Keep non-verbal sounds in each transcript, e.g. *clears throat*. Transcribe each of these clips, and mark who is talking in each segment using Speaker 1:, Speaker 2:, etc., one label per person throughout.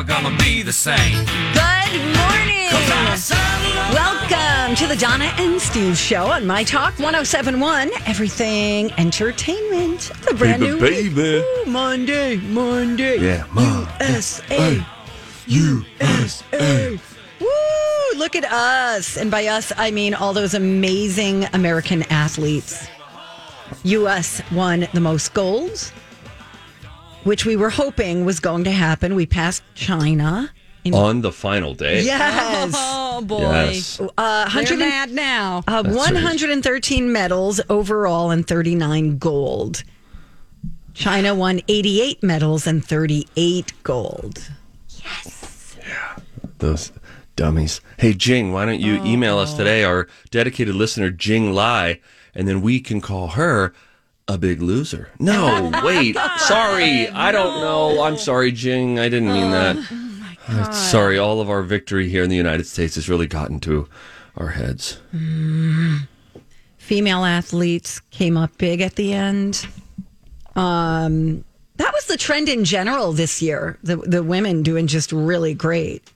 Speaker 1: are gonna be the same.
Speaker 2: Good morning. Welcome to the Donna and Steve Show on My Talk 1071, Everything Entertainment. The brand
Speaker 3: Baby,
Speaker 2: new week.
Speaker 3: baby.
Speaker 2: Ooh, Monday, Monday.
Speaker 3: Yeah, Mon-
Speaker 2: USA. USA. Woo! Look at us. And by us, I mean all those amazing American athletes. US won the most goals, which we were hoping was going to happen. We passed China.
Speaker 4: on the final day.
Speaker 2: Yes.
Speaker 5: Oh boy.
Speaker 4: Yes.
Speaker 2: Uh, 100
Speaker 5: They're
Speaker 2: and-
Speaker 5: mad now.
Speaker 2: Uh,
Speaker 4: That's right.
Speaker 2: 113 medals overall and 39 gold. China won 88 medals and 38 gold.
Speaker 4: Those dummies. Hey, Jing, why don't you email us today, our dedicated listener, Jing Lai, and then we can call her a big loser. No, wait. Sorry. I don't know. I'm sorry, Jing. I didn't mean that. I'm Sorry. All of our victory here in the United States has really gotten to our heads.
Speaker 2: Female athletes came up big at the end. Um, that was the trend in general this year. The, the women doing just really great.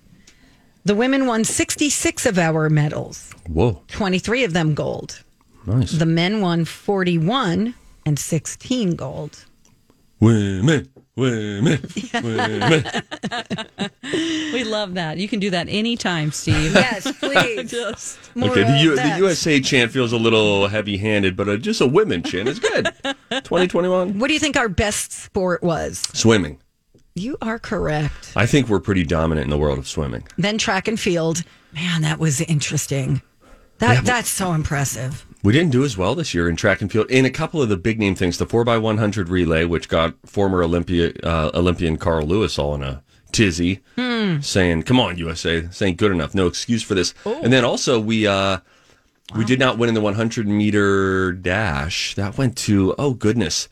Speaker 2: The women won 66 of our medals,
Speaker 4: Whoa.
Speaker 2: 23 of them gold.
Speaker 4: Nice.
Speaker 2: The men won 41 and 16 gold.
Speaker 4: Women. Women. Women.
Speaker 5: We love that. You can do that anytime,
Speaker 2: *laughs*
Speaker 5: Steve.
Speaker 2: Yes, please.
Speaker 5: Just-
Speaker 4: Okay, the,
Speaker 2: of
Speaker 4: U- the
Speaker 2: that.
Speaker 4: USA chant feels a little heavy handed, but uh, just a women chant is good. 2021.
Speaker 2: What do you think our best sport was?
Speaker 4: Swimming.
Speaker 2: You are correct.
Speaker 4: I think we're pretty dominant in the world of swimming.
Speaker 2: Then track and field. Man, that was interesting. That that's so impressive.
Speaker 4: We didn't do as well this year in track and field. In a couple of the big name things, the 4x100 relay, which got former Olympia, uh, Olympian Carl Lewis all in a tizzy, saying, Come on, USA, this ain't good enough. No excuse for this. And then also, we. Uh, We did not win in the 100 meter dash. That went to, oh goodness,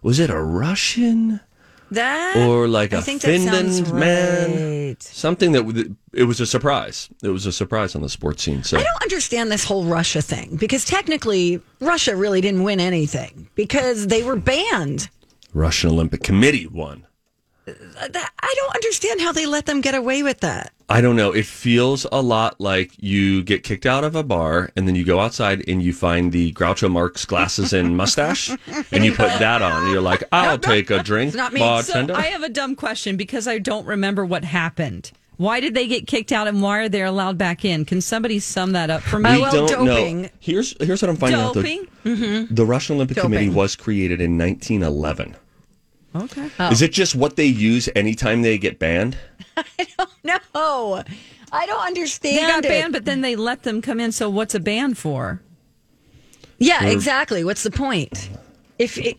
Speaker 4: was it a Russian?
Speaker 2: That
Speaker 4: or like
Speaker 2: I
Speaker 4: a
Speaker 2: think that sounds
Speaker 4: Finland man,
Speaker 2: right.
Speaker 4: something that w- it was a surprise. It was a surprise on the sports scene. So
Speaker 2: I don't understand this whole Russia thing because technically Russia really didn't win anything because they were banned.
Speaker 4: Russian Olympic Committee won.
Speaker 2: Uh, that- I don't understand how they let them get away with that.
Speaker 4: I don't know. It feels a lot like you get kicked out of a bar and then you go outside and you find the Groucho Marx glasses
Speaker 2: *laughs*
Speaker 4: and mustache and you put that on. And you're like, I'll take a drink,
Speaker 2: not me. So
Speaker 4: bartender.
Speaker 5: I have a dumb question because I don't remember what happened. Why did they get kicked out and why are they allowed back in? Can somebody sum that up for me?
Speaker 4: we
Speaker 2: well,
Speaker 4: don't know.
Speaker 2: doping. Mm-hmm.
Speaker 4: Here's here's what I'm finding
Speaker 5: Doping?
Speaker 4: out. though. The Russian Olympic Committee
Speaker 2: Doping.
Speaker 4: was created in 1911.
Speaker 5: Okay.
Speaker 4: Is it just what they use anytime they get banned?
Speaker 2: No, I don't understand.
Speaker 5: They got
Speaker 2: it.
Speaker 5: banned, but then they let them come in. So what's a ban for?
Speaker 2: Yeah, exactly. What's the point? If it,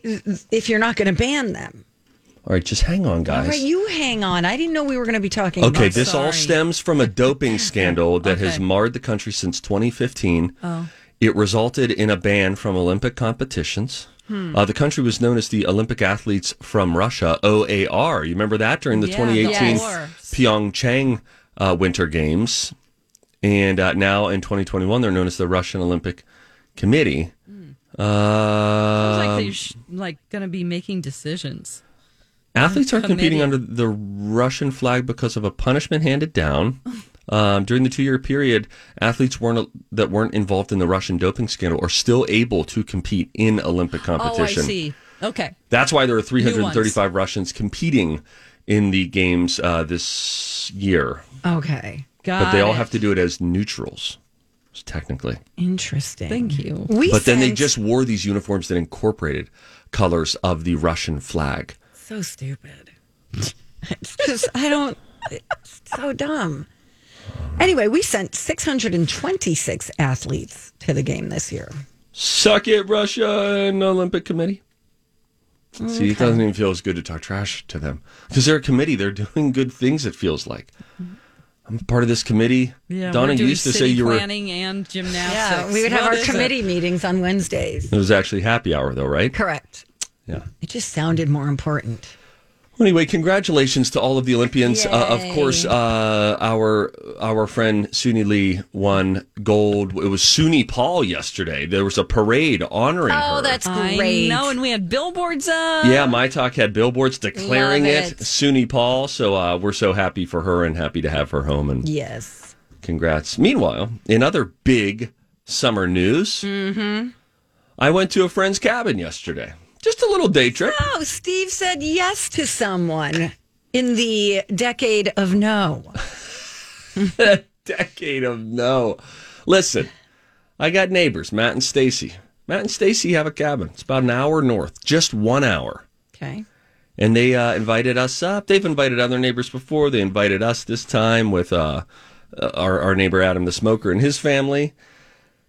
Speaker 2: if you're not going to ban them,
Speaker 4: All right, just hang on, guys.
Speaker 2: all right? You hang on. I didn't know we were going to be talking.
Speaker 4: Okay,
Speaker 2: about
Speaker 4: this all
Speaker 5: sorry.
Speaker 4: stems from a
Speaker 5: *laughs*
Speaker 4: doping scandal that has
Speaker 5: Okay.
Speaker 4: marred the country since 2015. Oh. It resulted in a ban from Olympic competitions.
Speaker 5: Hmm.
Speaker 4: Uh, the country was known as the Olympic Athletes from Russia, OAR. You remember that during the
Speaker 5: Yeah,
Speaker 4: 2018
Speaker 5: of course.
Speaker 4: Pyeongchang uh, Winter Games? And uh, now in 2021, they're known as the Russian Olympic Committee.
Speaker 5: Hmm. Sounds like
Speaker 4: Uh,
Speaker 5: they're sh- like going to be making decisions.
Speaker 4: Athletes are competing
Speaker 5: Committee.
Speaker 4: under the Russian flag because of a punishment handed down. Um, during the two-year period, athletes weren't that weren't involved in the Russian doping scandal are still able to compete in Olympic
Speaker 5: Oh, I
Speaker 4: competition.
Speaker 5: see. Okay.
Speaker 4: That's why there are
Speaker 5: ones.
Speaker 4: 335 Russians competing in the games uh, this year,
Speaker 2: Okay.
Speaker 5: Got
Speaker 4: but they all
Speaker 5: it.
Speaker 4: have to do it as neutrals, technically.
Speaker 2: Interesting.
Speaker 5: Thank you.
Speaker 2: We
Speaker 4: but then they
Speaker 2: sent-
Speaker 4: just wore these uniforms that incorporated colors of the Russian flag.
Speaker 2: so stupid.
Speaker 5: It's just I don't.
Speaker 2: So dumb. Anyway, we sent 626 athletes to the game this year.
Speaker 4: Suck it, Russian Olympic Committee. See, it doesn't even feel as good to talk trash to them because they're a committee. They're *laughs* doing good things. It feels like I'm part of this committee.
Speaker 5: Yeah,
Speaker 4: Donna
Speaker 5: we're doing
Speaker 4: used to say
Speaker 5: city
Speaker 4: you were.
Speaker 5: planning and gymnastics.
Speaker 2: Yeah, we would have
Speaker 5: What
Speaker 2: our
Speaker 5: is it?
Speaker 2: committee meetings on Wednesdays.
Speaker 4: It was actually happy hour, though, right?
Speaker 2: Correct.
Speaker 4: Yeah.
Speaker 2: It just sounded more important.
Speaker 4: Well, anyway, congratulations to all of the Olympians. Uh, of course, uh, our our friend Suni Lee won gold. It was Suni Paul yesterday. There was a parade honoring
Speaker 5: Oh,
Speaker 4: her.
Speaker 5: I know, and we had billboards up.
Speaker 4: Yeah, My Talk had billboards declaring
Speaker 3: Love
Speaker 4: it.
Speaker 3: it.
Speaker 4: SUNY Paul. So uh, we're so happy for her and happy to have her home. And
Speaker 2: Yes.
Speaker 4: congrats. Meanwhile, in other big summer news, I went to a friend's cabin yesterday. Just a little day trip.
Speaker 2: Oh, Steve said yes to someone in the decade of no.
Speaker 4: *laughs* Decade of no. Listen, I got neighbors, Matt and Stacy. Matt and Stacy have a cabin. It's about an hour north, just one hour.
Speaker 2: Okay.
Speaker 4: and they uh, invited us up. They've invited other neighbors before. They invited us this time with uh, our, our neighbor Adam the smoker and his family.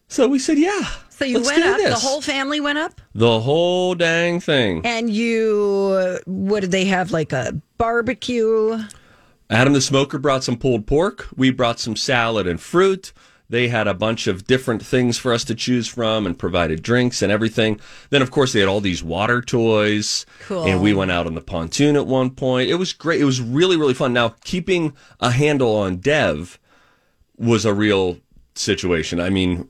Speaker 4: So we said, yeah.
Speaker 2: So you
Speaker 4: let's
Speaker 2: went
Speaker 4: do
Speaker 2: up,
Speaker 4: this.
Speaker 2: the whole family went up,
Speaker 4: the whole dang thing.
Speaker 2: and you, what did they have? Like a barbecue?
Speaker 4: Adam the smoker brought some pulled pork. We brought some salad and fruit. They had a bunch of different things for us to choose from and provided drinks and everything. Then, of course, they had all these water toys. Cool. And we went out on the pontoon at one point. It was great. It was really, really fun. Now, keeping a handle on Dev was a real situation. I mean,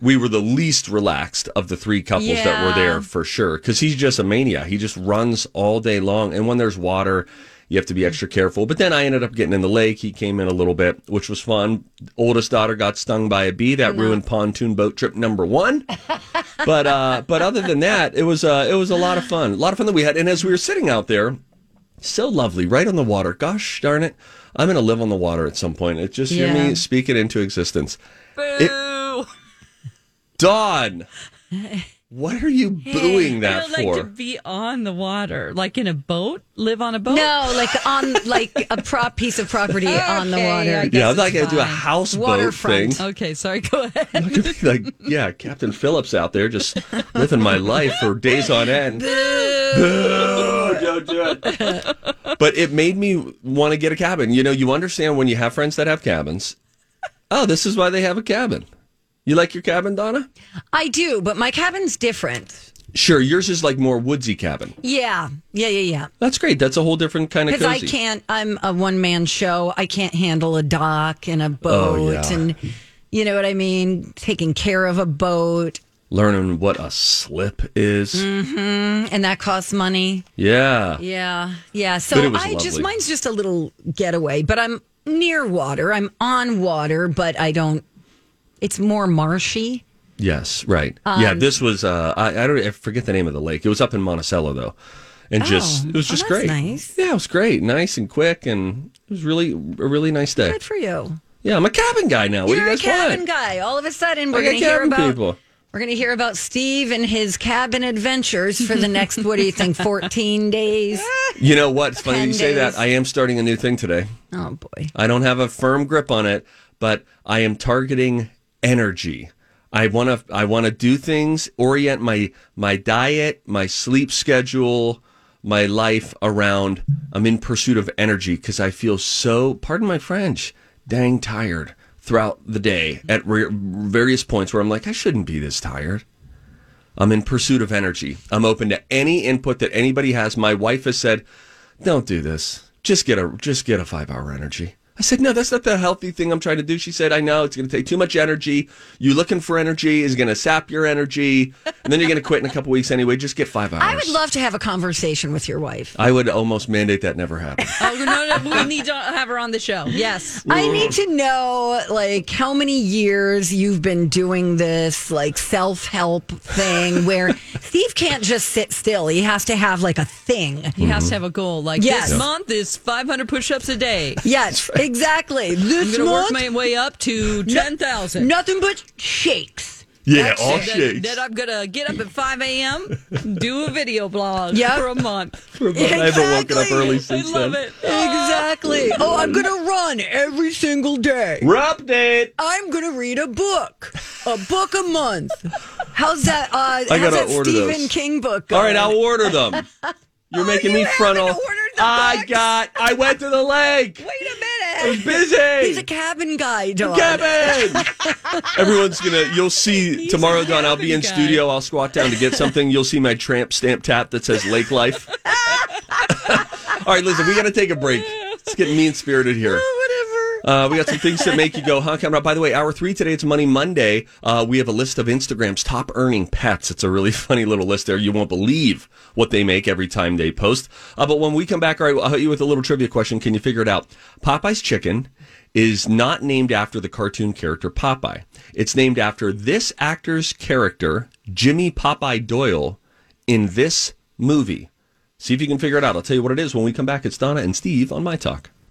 Speaker 4: we were the least relaxed of the three couples that were there for sure because he's just a maniac. He just runs all day long. And when there's water, you have to be extra careful. But then I ended up getting in the lake. He came in a little bit, which was fun. Oldest daughter got stung by a bee. That ruined pontoon boat trip number one. but uh, but other than that, it was uh, it was a lot of fun. A lot of fun that we had. And as we were sitting out there, so lovely, right on the water. Gosh darn it. I'm going to live on the water at some point. It just hear
Speaker 2: Yeah.
Speaker 4: me speak it into existence. It- Dawn, what are you booing
Speaker 5: I
Speaker 4: that
Speaker 5: would like
Speaker 4: for?
Speaker 5: to be on the water, like in a boat, live on a boat.
Speaker 3: No, like
Speaker 2: on like a prop piece of property *laughs* on the
Speaker 3: Okay,
Speaker 2: water.
Speaker 3: I
Speaker 4: yeah, I'm
Speaker 3: guess
Speaker 4: not
Speaker 3: it's
Speaker 4: going to do a
Speaker 3: fine.
Speaker 4: houseboat thing.
Speaker 2: Waterfront.
Speaker 5: Okay, sorry. Go ahead.
Speaker 4: I'm gonna be like, yeah, Captain Phillips out there just living my life for days on end. Boo, don't do it. But it made me want to get a cabin. You know, you understand when you have friends that have cabins. Oh, this is why they have a cabin. You like your cabin, Donna?
Speaker 2: I do, but my cabin's different.
Speaker 4: Sure, yours is like more woodsy cabin.
Speaker 2: Yeah, yeah, yeah, yeah.
Speaker 4: That's great. That's a whole different kind of
Speaker 2: Because
Speaker 4: cozy.
Speaker 2: I can't. I'm a one man show. I can't handle a dock and a boat,
Speaker 4: Oh, yeah.
Speaker 2: and you know what I mean. Taking care of a boat
Speaker 4: Learning what a slip is.
Speaker 2: Mm. and that costs money.
Speaker 4: Yeah.
Speaker 2: Yeah, yeah.
Speaker 4: But it
Speaker 2: So
Speaker 4: was
Speaker 2: I just
Speaker 4: lovely.
Speaker 2: mine's just a little getaway, but I'm near water. I'm on water, but I don't. It's more marshy.
Speaker 4: Yes, right. yeah, this
Speaker 2: Um,
Speaker 4: was uh I, I don't I forget the name of the lake. It was up in Monticello though. And just
Speaker 2: Oh,
Speaker 4: it was
Speaker 2: oh,
Speaker 4: just
Speaker 2: that's
Speaker 4: great.
Speaker 2: nice.
Speaker 4: Yeah, it was great. Nice and quick and it was really a really nice day.
Speaker 2: Good for you.
Speaker 4: Yeah, I'm a cabin guy now. What
Speaker 2: You're
Speaker 4: do you
Speaker 2: a
Speaker 4: guys
Speaker 2: cabin
Speaker 4: want?
Speaker 2: guy. All of a sudden, we're
Speaker 4: Like a
Speaker 2: going to hear
Speaker 4: cabin
Speaker 2: about
Speaker 4: people.
Speaker 2: we're going to hear about Steve and his cabin adventures for the next. what do you
Speaker 4: *laughs*
Speaker 2: think? Fourteen days.
Speaker 4: You know what? It's funny
Speaker 2: Ten
Speaker 4: you say
Speaker 2: days.
Speaker 4: that. I am starting a new thing today.
Speaker 2: Oh boy.
Speaker 4: I don't have a firm grip on it, but I am targeting energy. I want to I want to do things, orient my my diet, my sleep schedule, my life around I'm in pursuit of energy cuz I feel so, pardon my French, dang tired throughout the day at re- various points where I'm like I shouldn't be this tired. I'm in pursuit of energy. I'm open to any input that anybody has. My wife has said, "Don't do this. Just get a just get a 5-hour energy." I said, no, that's not the healthy thing I'm trying to do. She said, I know it's going to take too much energy. You looking for energy is going to sap your energy. And then you're going to quit in a couple weeks anyway. Just get five hours.
Speaker 2: I would love to have a conversation with your wife.
Speaker 4: I would almost mandate that never happen. *laughs*
Speaker 5: Oh no, no, we need to have her on the show. Yes.
Speaker 2: I need to know like how many years you've been doing this like self-help
Speaker 4: *laughs*
Speaker 2: thing where Steve can't just sit still. He has to have like a thing.
Speaker 5: He has to have a goal. Like
Speaker 2: Yes.
Speaker 5: this month is 500 push-ups a day.
Speaker 2: Yes, exactly.
Speaker 5: I'm
Speaker 2: This
Speaker 5: going to
Speaker 2: month,
Speaker 5: work my way up to 10,000.
Speaker 2: nothing but shakes.
Speaker 4: yeah, all
Speaker 5: Then-
Speaker 4: shakes. *laughs*
Speaker 5: Then I'm going to get up at 5 a.m., do a video blog
Speaker 2: Yep.
Speaker 5: for a month.
Speaker 4: I haven't woken up
Speaker 2: Exactly.
Speaker 4: early
Speaker 5: I
Speaker 4: since
Speaker 5: love
Speaker 4: then.
Speaker 5: it.
Speaker 2: Exactly. Oh, I'm going to run every single day.
Speaker 4: We're update.
Speaker 2: I'm gonna read a book, a book a month. How's that? Uh,
Speaker 4: I
Speaker 2: how's
Speaker 4: gotta
Speaker 2: that
Speaker 4: order
Speaker 2: Stephen
Speaker 4: those.
Speaker 2: King book?
Speaker 4: All right,
Speaker 2: going?
Speaker 4: I'll order them.
Speaker 2: *laughs*
Speaker 4: You're making me
Speaker 2: Oh, you
Speaker 4: front
Speaker 2: haven't
Speaker 4: all.
Speaker 2: ordered the
Speaker 4: I
Speaker 2: books.
Speaker 4: got. I went to the lake.
Speaker 2: Wait a
Speaker 4: I
Speaker 2: minute.
Speaker 4: was busy.
Speaker 2: He's a cabin guy, Don. *laughs*
Speaker 4: Kevin. Everyone's gonna. You'll see tomorrow, Don. I'll be in
Speaker 5: guy.
Speaker 4: studio. I'll squat down to get something. You'll see my tramp stamp tap that says
Speaker 2: *laughs*
Speaker 4: Lake Life. *laughs* All right, listen. We gotta take a break. It's getting mean spirited here. Uh, we got some things that make you go, huh? Coming up. By the way, hour three today, it's Money Monday. Uh, we have a list of Instagram's top earning pets. It's a really *laughs* funny little list there. You won't believe what they make every time they post. Uh, but when we come back, all right, I'll hit you with a little trivia question. Can you figure it out? Popeye's chicken is not named after the cartoon character Popeye. It's named after this actor's character, Jimmy Popeye Doyle, in this movie. See if you can figure it out. I'll tell you what it is when we come back. It's Donna and Steve on My Talk.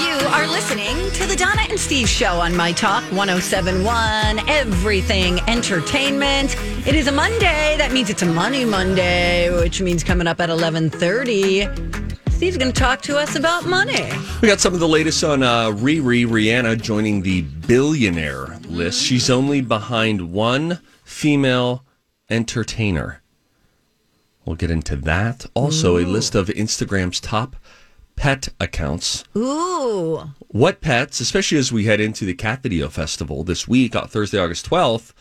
Speaker 2: You are listening to the Donna and Steve show on My Talk 1071, everything entertainment. It is a Monday. That means it's a Money Monday, which means coming up at 11:30, Steve's going to talk to us about money.
Speaker 4: We got some of the latest on uh, Riri Rihanna joining the billionaire list. She's only behind one female entertainer. We'll get into that. Also, a list of Instagram's top pet accounts.
Speaker 2: Ooh.
Speaker 4: What pets, especially as we head into the Cat Video Festival this week, on Thursday, August 12th.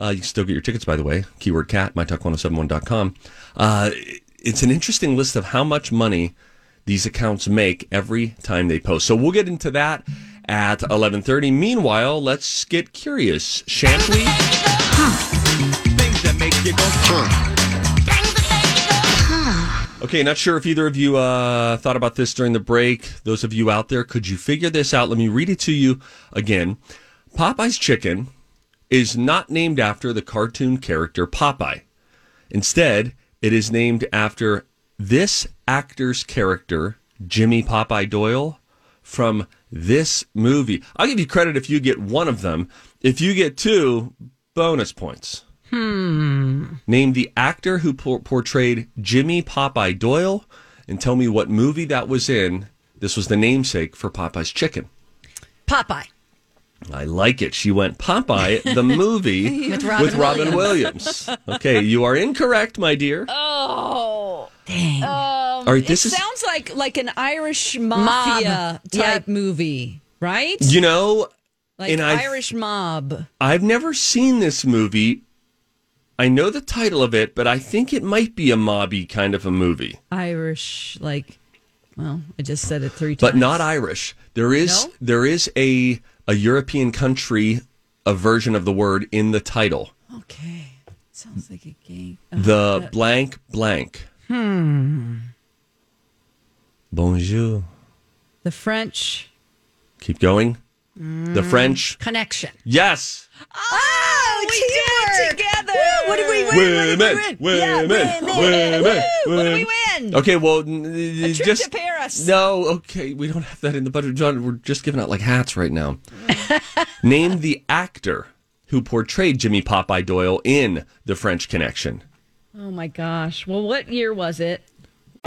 Speaker 4: Uh, you can still get your tickets, by the way. Keyword cat, mytalk1071.com. Uh, it's an interesting list of how much money these accounts make every time they post. So we'll get into that at 11.30. Meanwhile, let's get curious, shan't we?
Speaker 1: Things that make you go.
Speaker 4: Okay, not sure if either of you uh, thought about this during the break. Those of you out there, could you figure this out? Let me read it to you again. Popeye's chicken is not named after the cartoon character Popeye. Instead, it is named after this actor's character, Jimmy Popeye Doyle, from this movie. I'll give you credit if you get one of them. If you get two, bonus points. Name the actor who por- portrayed Jimmy Popeye Doyle and tell me what movie that was in. This was the namesake for Popeye's Chicken.
Speaker 2: Popeye.
Speaker 4: I like it. She went Popeye,
Speaker 5: *laughs*
Speaker 4: the movie with Robin, Williams. Okay, you are incorrect, my dear.
Speaker 5: Oh.
Speaker 2: Dang.
Speaker 5: Um,
Speaker 4: All right, this
Speaker 5: it
Speaker 4: is-
Speaker 5: sounds like like an Irish mafia type
Speaker 2: Yeah.
Speaker 5: movie, right?
Speaker 4: You know,
Speaker 5: Like
Speaker 4: and I-
Speaker 5: Irish mob.
Speaker 4: I've never seen this movie. I know the title of it, but I think it might be a mobby kind of a movie.
Speaker 5: Irish, like, well, I just said it three times.
Speaker 4: but not Irish. There is
Speaker 5: No?
Speaker 4: there is a a European country a version of the word in the title.
Speaker 5: Okay. Sounds like a game.
Speaker 4: The blank blank. Hmm. Bonjour.
Speaker 5: The French
Speaker 4: Keep going. The French.
Speaker 2: Connection.
Speaker 4: Yes.
Speaker 2: Oh, teamwork
Speaker 5: together.
Speaker 2: Woo, what did we win?
Speaker 4: Women. Women. Women.
Speaker 5: What do
Speaker 4: Women.
Speaker 5: we win?
Speaker 4: Okay, well, n- n-
Speaker 5: trip
Speaker 4: just
Speaker 5: to Paris.
Speaker 4: No, okay, we don't have that in the budget, John. We're just giving out like hats right
Speaker 5: *laughs*
Speaker 4: now. Name the actor who portrayed Jimmy Popeye Doyle in The French Connection.
Speaker 5: Oh my gosh. Well, what year was it?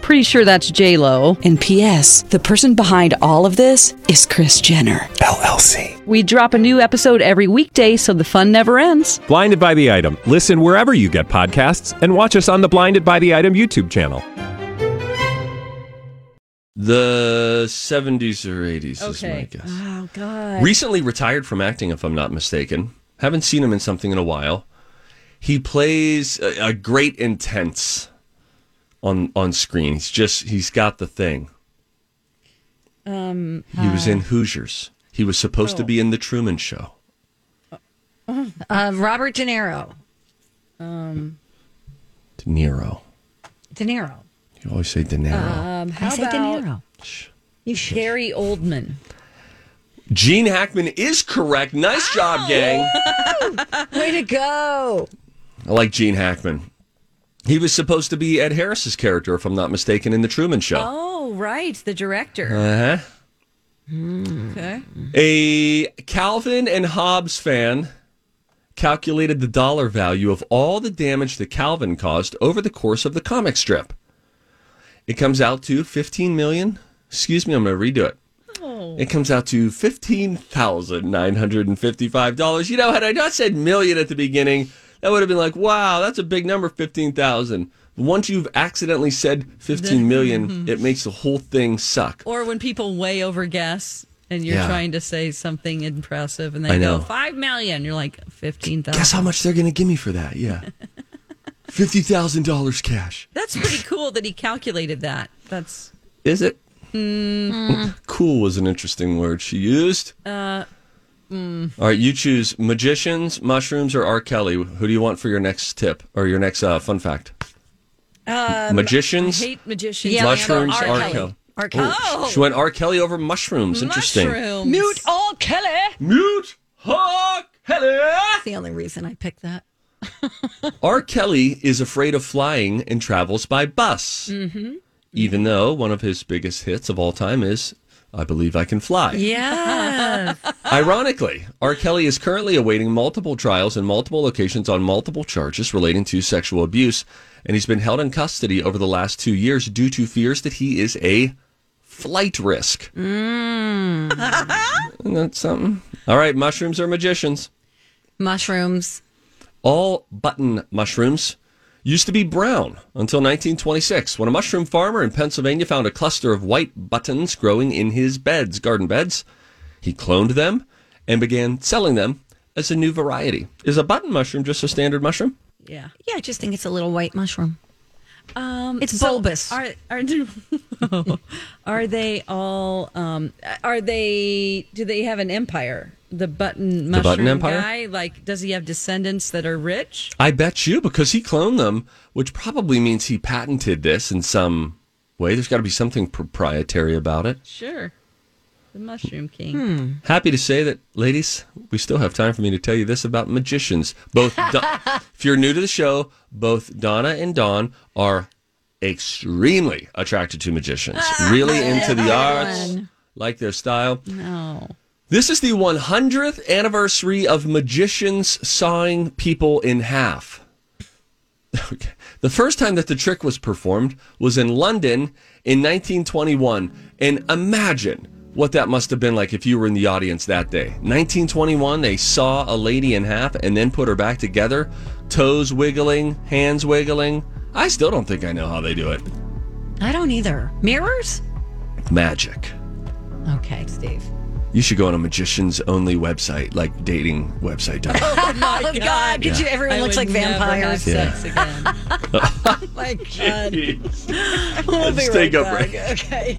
Speaker 5: Pretty sure that's J Lo.
Speaker 6: And P.S. The person behind all of this is Chris Jenner.
Speaker 7: LLC.
Speaker 5: We drop a new episode every weekday, so the fun never ends.
Speaker 7: Blinded by the item. Listen wherever you get podcasts, and watch us on the Blinded by the Item YouTube channel.
Speaker 4: The 70s or 80s is my
Speaker 5: Okay.
Speaker 4: guess.
Speaker 5: Oh God.
Speaker 4: Recently retired from acting, if I'm not mistaken. Haven't seen him in something in a while. He plays a, a great intense on on screen. He's just he's got the thing.
Speaker 5: Um.
Speaker 4: He was in Hoosiers. He was supposed to be in the Truman Show.
Speaker 2: Uh, Robert De Niro.
Speaker 4: De Niro.
Speaker 2: De Niro.
Speaker 4: You always say De Niro.
Speaker 5: um,
Speaker 2: I
Speaker 5: how
Speaker 2: said De
Speaker 5: about
Speaker 2: Niro. You should.
Speaker 5: Gary Oldman?
Speaker 4: Gene Hackman is correct. Nice job, gang.
Speaker 2: Way to go.
Speaker 4: I like Gene Hackman. He was supposed to be Ed Harris's character, if I'm not mistaken, in the Truman Show.
Speaker 5: Oh, right, the director. Hmm.
Speaker 4: Uh huh.
Speaker 5: Okay.
Speaker 4: A Calvin and Hobbes fan calculated the dollar value of all the damage that Calvin caused over the course of the comic strip. It comes out to 15 million. Excuse me, I'm going to redo it. It comes out to $15,955. You know, had I not said million at the beginning, that would have been like, wow, that's a big number, 15,000. Once you've accidentally said 15 million, it makes the whole thing suck.
Speaker 5: Or when people way over guess and you're
Speaker 4: Yeah.
Speaker 5: trying to say something impressive and
Speaker 4: I
Speaker 5: they go
Speaker 4: know.
Speaker 5: five million, you're like fifteen
Speaker 4: Guess
Speaker 5: thousand.
Speaker 4: how much they're going to give me for that? Yeah. $50,000 cash.
Speaker 5: That's pretty cool that he calculated that. That's
Speaker 4: Is it? *laughs* Cool was an interesting word she used. Uh, All right, you choose magicians, mushrooms, or R. Kelly. Who do you want for your next tip or your next uh, fun fact? magicians,
Speaker 5: hate magicians.
Speaker 4: Yeah, Mushrooms R. Kelly.
Speaker 2: R. Kelly.
Speaker 4: Oh, She went R. Kelly over mushrooms. Interesting.
Speaker 5: Mushrooms.
Speaker 2: Mute all Kelly.
Speaker 4: Mute. R. Kelly.
Speaker 2: That's the only reason I picked that.
Speaker 4: R. Kelly is afraid of flying and travels by bus. Mm-hmm. Even though one of his biggest hits of all time is I Believe I Can Fly.
Speaker 2: Yeah.
Speaker 4: *laughs* Ironically, R. Kelly is currently awaiting multiple trials in multiple locations on multiple charges relating to sexual abuse, and he's been held in custody over the last two years due to fears that he is a flight risk. Mm. *laughs* Isn't that something? All right, mushrooms are magicians.
Speaker 2: Mushrooms.
Speaker 4: All button mushrooms used to be brown until 1926 when a mushroom farmer in Pennsylvania found a cluster of white buttons growing in his beds, garden beds. He cloned them and began selling them as a new variety. Is a button mushroom just a standard mushroom?
Speaker 5: Yeah.
Speaker 2: Yeah, I just think it's a little white mushroom.
Speaker 5: Um,
Speaker 2: It's bulbous.
Speaker 5: Are are, are *laughs* they all? Um, are they? Do they have an empire? The button
Speaker 4: The
Speaker 5: mushroom
Speaker 4: button empire?
Speaker 5: guy. Like, does he have descendants that are rich?
Speaker 4: I bet you because he cloned them, which probably means he patented this in some way. There's got to be something proprietary about it.
Speaker 5: Sure. The mushroom king.
Speaker 4: Happy to say that, ladies, we still have time for me to tell you this about magicians. Both, Do- if you're new to the show, both Donna and Don are extremely attracted to magicians. Really into the arts, like their style.
Speaker 5: No.
Speaker 4: This is the 100th anniversary of magicians sawing people in half. *laughs* Okay. The first time that the trick was performed was in London in 1921. And imagine what that must have been like if you were in the audience that day. 1921, they saw a lady in half and then put her back together, toes wiggling, hands wiggling. I still don't think I know how they do it.
Speaker 2: I don't either. Mirrors?
Speaker 4: Magic.
Speaker 2: Okay, Steve.
Speaker 4: You should go on a magician's only website, like dating website.
Speaker 2: Oh, God. Did you? Everyone
Speaker 5: I
Speaker 2: looks
Speaker 5: would
Speaker 2: like
Speaker 5: never have
Speaker 2: vampires.
Speaker 5: sex again.
Speaker 4: *laughs*
Speaker 5: *laughs*
Speaker 2: My God.
Speaker 4: Let's take a break.
Speaker 2: Okay.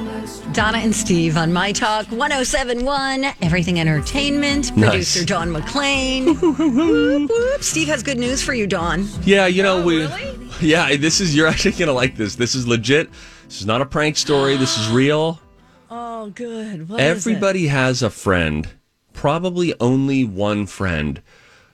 Speaker 2: Donna and Steve on My Talk 1071, Everything Entertainment,
Speaker 4: Nice.
Speaker 2: producer Don
Speaker 4: *laughs*
Speaker 2: McClain. Whoop, whoop. Steve has good news for you, Don.
Speaker 4: Yeah, you
Speaker 5: Oh,
Speaker 4: know we. *laughs* Yeah, this is you're actually gonna like this. This is legit. This is not a prank story. This
Speaker 5: *gasps*
Speaker 4: is real.
Speaker 5: Oh, good. What is it?
Speaker 4: Everybody has a friend, probably only one friend,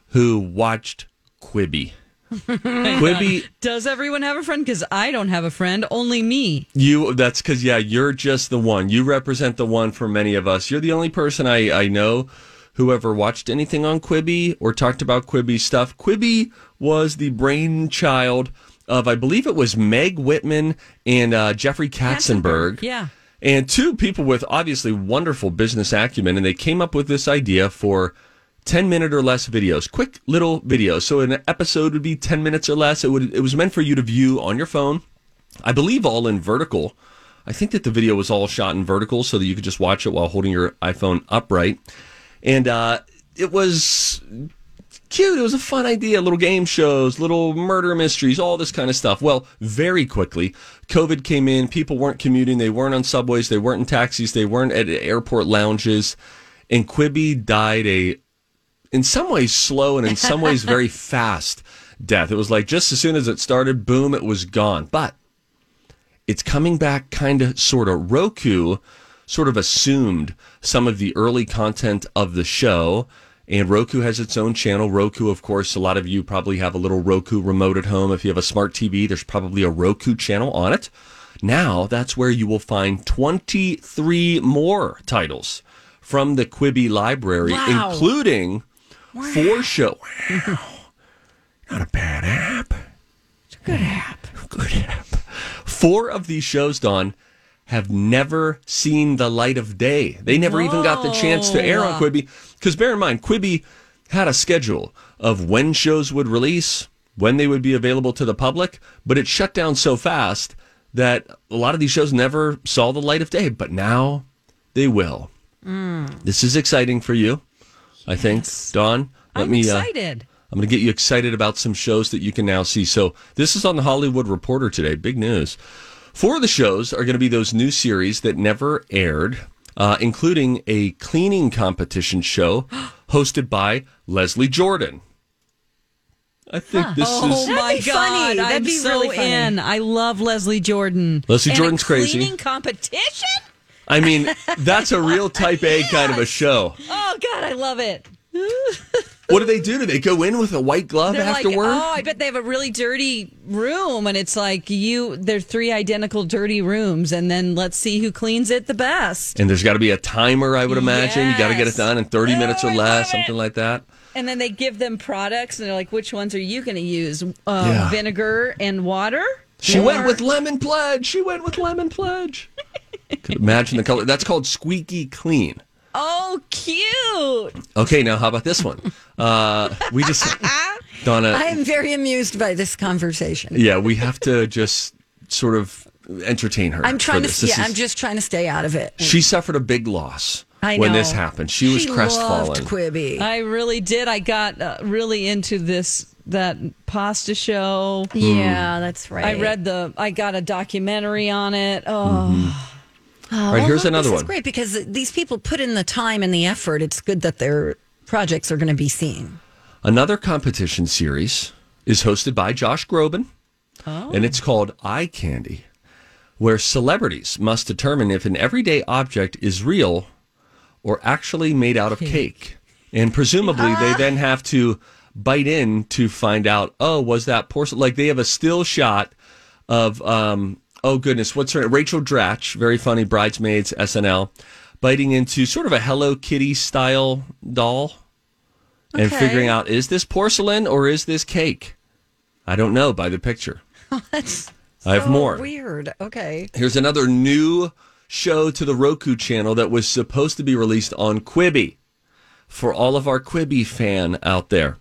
Speaker 4: who watched
Speaker 5: *laughs*
Speaker 4: Quibi. Quibi,
Speaker 5: Does everyone have a friend? Because I don't have a friend. Only me.
Speaker 4: you. That's because yeah, you're just the one. You represent the one for many of us. You're the only person I I know who ever watched anything on Quibi or talked about Quibi stuff. Quibi was the brainchild of I believe it was Meg Whitman and uh, Jeffrey Katzenberg.
Speaker 5: Yeah.
Speaker 4: and two people with obviously wonderful business acumen and they came up with this idea for 10 minute or less videos quick little videos so an episode would be 10 minutes or less it would it was meant for you to view on your phone i believe all in vertical i think that the video was all shot in vertical so that you could just watch it while holding your iphone upright and uh it was cute. It was a fun idea. Little game shows, little murder mysteries, all this kind of stuff. Well, very quickly, COVID came in. People weren't commuting. They weren't on subways. They weren't in taxis. They weren't at airport lounges. And Quibi died a, in some ways, slow and in some ways, very fast death. It was like just as soon as it started, boom, it was gone. But it's coming back kind of sort of Roku sort of assumed some of the early content of the show and Roku has its own channel Roku of course a lot of you probably have a little Roku remote at home if you have a smart TV there's probably a Roku channel on it now that's where you will find 23 more titles from the Quibi library
Speaker 2: Wow.
Speaker 4: including four show not a bad app *laughs* good app. Four of these shows, Don, have never seen the light of day. They never even got the chance to air on Quibi. Because bear in mind, Quibi had a schedule of when shows would release, when they would be available to the public, but it shut down so fast that a lot of these shows never saw the light of day. But now they will. This is exciting for you, I think, Don. Let
Speaker 5: I'm
Speaker 4: me. uh,
Speaker 5: excited.
Speaker 4: I'm going to get you excited about some shows that you can now see. So, this is on the Hollywood Reporter today. Big news. Four of the shows are going to be those new series that never aired, uh, including a cleaning competition show
Speaker 5: *gasps*
Speaker 4: hosted by Leslie Jordan. I think this
Speaker 5: Oh
Speaker 4: is.
Speaker 5: my
Speaker 2: be
Speaker 5: god!
Speaker 2: funny. That'd
Speaker 5: I'm
Speaker 2: be
Speaker 5: so
Speaker 2: really funny.
Speaker 5: in. I love Leslie Jordan.
Speaker 4: Leslie
Speaker 5: And a
Speaker 4: Jordan's crazy.
Speaker 5: Cleaning competition.
Speaker 4: I mean, that's a real type A kind of a show.
Speaker 5: Oh god, I love it.
Speaker 4: What do they do? Do they go in with a white glove
Speaker 5: They're like,
Speaker 4: afterward?
Speaker 5: oh, I bet they have a really dirty room, and it's like you. They're three identical dirty rooms, and then let's see who cleans it the best.
Speaker 4: and there's got to be a timer, I would imagine. You got to get it
Speaker 5: Yes.
Speaker 4: done in 30
Speaker 5: Oh,
Speaker 4: minutes or
Speaker 5: I love
Speaker 4: less,
Speaker 5: it.
Speaker 4: something like that.
Speaker 5: And then they give them products, and they're like, which ones are you going to use? Uh,
Speaker 4: Yeah.
Speaker 5: Vinegar and water.
Speaker 4: She
Speaker 5: Or-
Speaker 4: went with lemon pledge. She went with lemon pledge. Could imagine the color. That's called squeaky clean.
Speaker 5: Oh, cute!
Speaker 4: Okay, now how about this one? Uh, we just
Speaker 2: *laughs*
Speaker 4: Donna.
Speaker 2: I am very amused by this conversation.
Speaker 4: yeah, we have to just sort of entertain her.
Speaker 2: I'm trying
Speaker 4: for
Speaker 2: to,
Speaker 4: this.
Speaker 2: yeah,
Speaker 4: This is-
Speaker 2: I'm just trying to stay out of it.
Speaker 4: She suffered a big loss
Speaker 2: I
Speaker 4: when
Speaker 2: know.
Speaker 4: this happened. She was crestfallen.
Speaker 2: Loved Quibi.
Speaker 5: I really did. I got uh, really into this that pasta show.
Speaker 4: Hmm.
Speaker 2: yeah, that's right.
Speaker 5: I read the. I got a documentary on it. Oh,
Speaker 4: All right, here's
Speaker 2: Uh, Well, look,
Speaker 4: another
Speaker 2: this
Speaker 4: one.
Speaker 2: Is great because these people put in the time and the effort. It's good that their projects are going to be seen.
Speaker 4: Another competition series is hosted by Josh Groban.
Speaker 2: Oh.
Speaker 4: and it's called Eye Candy, where celebrities must determine if an everyday object is real or actually made out of cake. And presumably, they
Speaker 2: Uh-huh.
Speaker 4: then have to bite in to find out, oh, was that porcelain? Like they have a still shot of, um, oh goodness, what's her Rachel Dratch, very funny, Bridesmaids, SNL, biting into sort of a Hello Kitty style doll and
Speaker 5: Okay.
Speaker 4: figuring out, is this porcelain or is this cake? I don't know by the picture.
Speaker 2: *laughs* That's
Speaker 4: I have
Speaker 2: so
Speaker 4: more.
Speaker 2: Weird. Okay.
Speaker 4: Here's another new show to the Roku channel that was supposed to be released on Quibi for all of our Quibi fan out there.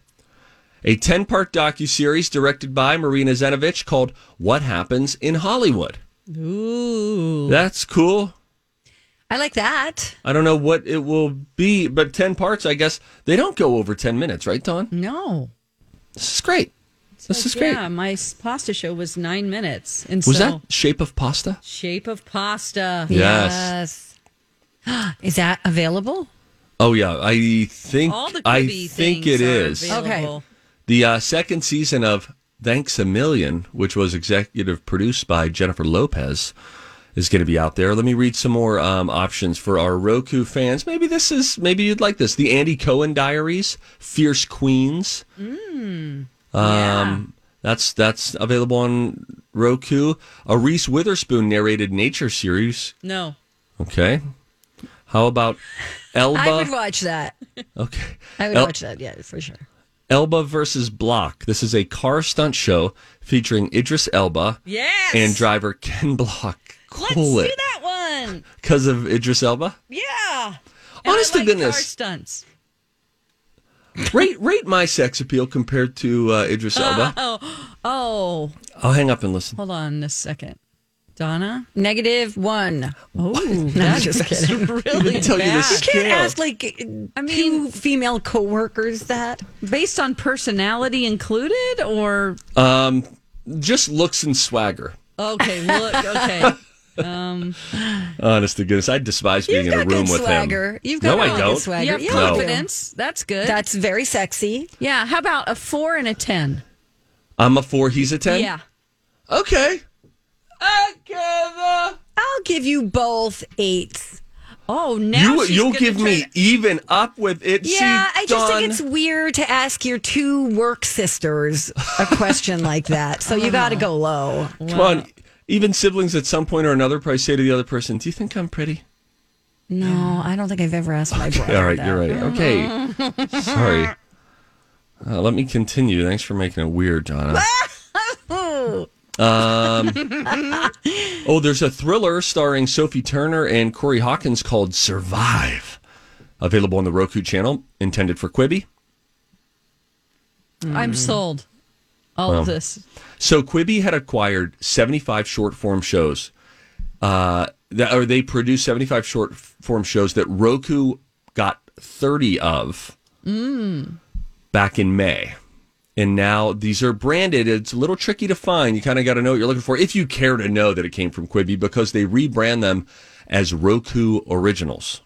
Speaker 4: A 10-part docuseries directed by Marina Zenovich called What Happens in Hollywood. Ooh. That's cool.
Speaker 2: I like that.
Speaker 4: I don't know what it will be, but 10 parts, I guess. They don't go over 10 minutes, right, Don?
Speaker 5: No.
Speaker 4: This is great. This is great.
Speaker 5: Yeah, my s- pasta show was nine minutes. And
Speaker 4: Was
Speaker 5: so,
Speaker 4: that Shape of Pasta?
Speaker 5: Shape of Pasta.
Speaker 4: Yes.
Speaker 2: Yes. *gasps* Is that available?
Speaker 4: Oh yeah, I think
Speaker 5: All the
Speaker 4: I
Speaker 5: Quibi
Speaker 4: think it
Speaker 5: things are
Speaker 4: is.
Speaker 5: available.
Speaker 4: The uh, second season of Thanks a Million, which was executive produced by Jennifer Lopez, is going to be out there. Let me read some more um, options for our Roku fans. Maybe this is maybe you'd like this. The Andy Cohen Diaries, Fierce Queens.
Speaker 2: Mm.
Speaker 4: Um, That's that's available on Roku. A Reese Witherspoon narrated nature series.
Speaker 5: No.
Speaker 4: Okay. How about Elba?
Speaker 2: *laughs* I would watch that.
Speaker 4: okay.
Speaker 2: I would
Speaker 4: El-
Speaker 2: watch that. Yeah, for sure.
Speaker 4: Elba versus Block. This is a car stunt show featuring Idris Elba
Speaker 5: Yes.
Speaker 4: and driver Ken Block.
Speaker 5: Let's
Speaker 4: Cool
Speaker 5: do that one.
Speaker 4: Because of Idris Elba?
Speaker 5: Yeah. And
Speaker 4: Honest
Speaker 5: I
Speaker 4: to
Speaker 5: like Car
Speaker 4: goodness,
Speaker 5: stunts.
Speaker 4: rate rate my sex appeal compared to uh, Idris Elba.
Speaker 5: Oh,
Speaker 4: I'll hang up and listen.
Speaker 5: hold on a second. Donna?
Speaker 2: Negative one.
Speaker 5: Oh, that's
Speaker 2: just *laughs* kidding.
Speaker 5: really
Speaker 4: tell you
Speaker 5: bad.
Speaker 4: this-
Speaker 2: You can't
Speaker 4: Scale.
Speaker 2: ask like I mean two female coworkers that.
Speaker 5: Based on personality included or
Speaker 4: Um, just looks and swagger.
Speaker 5: okay, look, okay.
Speaker 4: Honest to goodness, I despise being
Speaker 2: You've
Speaker 4: in a
Speaker 2: got
Speaker 4: room
Speaker 2: good
Speaker 4: with
Speaker 2: swagger.
Speaker 4: him.
Speaker 2: You've got
Speaker 4: no,
Speaker 2: really
Speaker 4: I
Speaker 2: good
Speaker 4: don't.
Speaker 2: swagger.
Speaker 5: You have
Speaker 2: Yeah.
Speaker 5: confidence. That's good.
Speaker 2: That's very sexy.
Speaker 5: yeah, how about a 4 and a 10?
Speaker 4: I'm a four. He's a ten.
Speaker 5: Yeah.
Speaker 4: Okay.
Speaker 2: I'll give you both eights.
Speaker 5: Oh, now
Speaker 4: you
Speaker 5: she's
Speaker 4: you'll
Speaker 5: gonna
Speaker 4: give
Speaker 5: try
Speaker 4: me
Speaker 5: to-
Speaker 4: even up with it. See,
Speaker 2: Yeah, I just
Speaker 4: Dawn,
Speaker 2: think it's weird to ask your two work sisters a *laughs* question like that. So you got to go low.
Speaker 4: Come on. Even siblings at some point or another probably say to the other person, Do you think I'm pretty?
Speaker 2: No, I don't think I've ever asked my brother.
Speaker 4: All right,
Speaker 2: that.
Speaker 4: you're right. Okay.
Speaker 2: *laughs*
Speaker 4: Sorry. Uh, let me continue. Thanks for making it
Speaker 2: *laughs*
Speaker 4: weird, Donna. um, oh, there's a thriller starring Sophie Turner and Corey Hawkins called Survive. Available on the Roku channel, intended for Quibi.
Speaker 5: I'm sold. All of Oh, this.
Speaker 4: So Quibi had acquired 75 short form shows. Uh, that, or they produced 75 short form shows that Roku got 30 of back in May. And now these are branded. It's a little tricky to find. You kind of got to know what you're looking for if you care to know that it came from Quibi because they rebrand them as Roku Originals.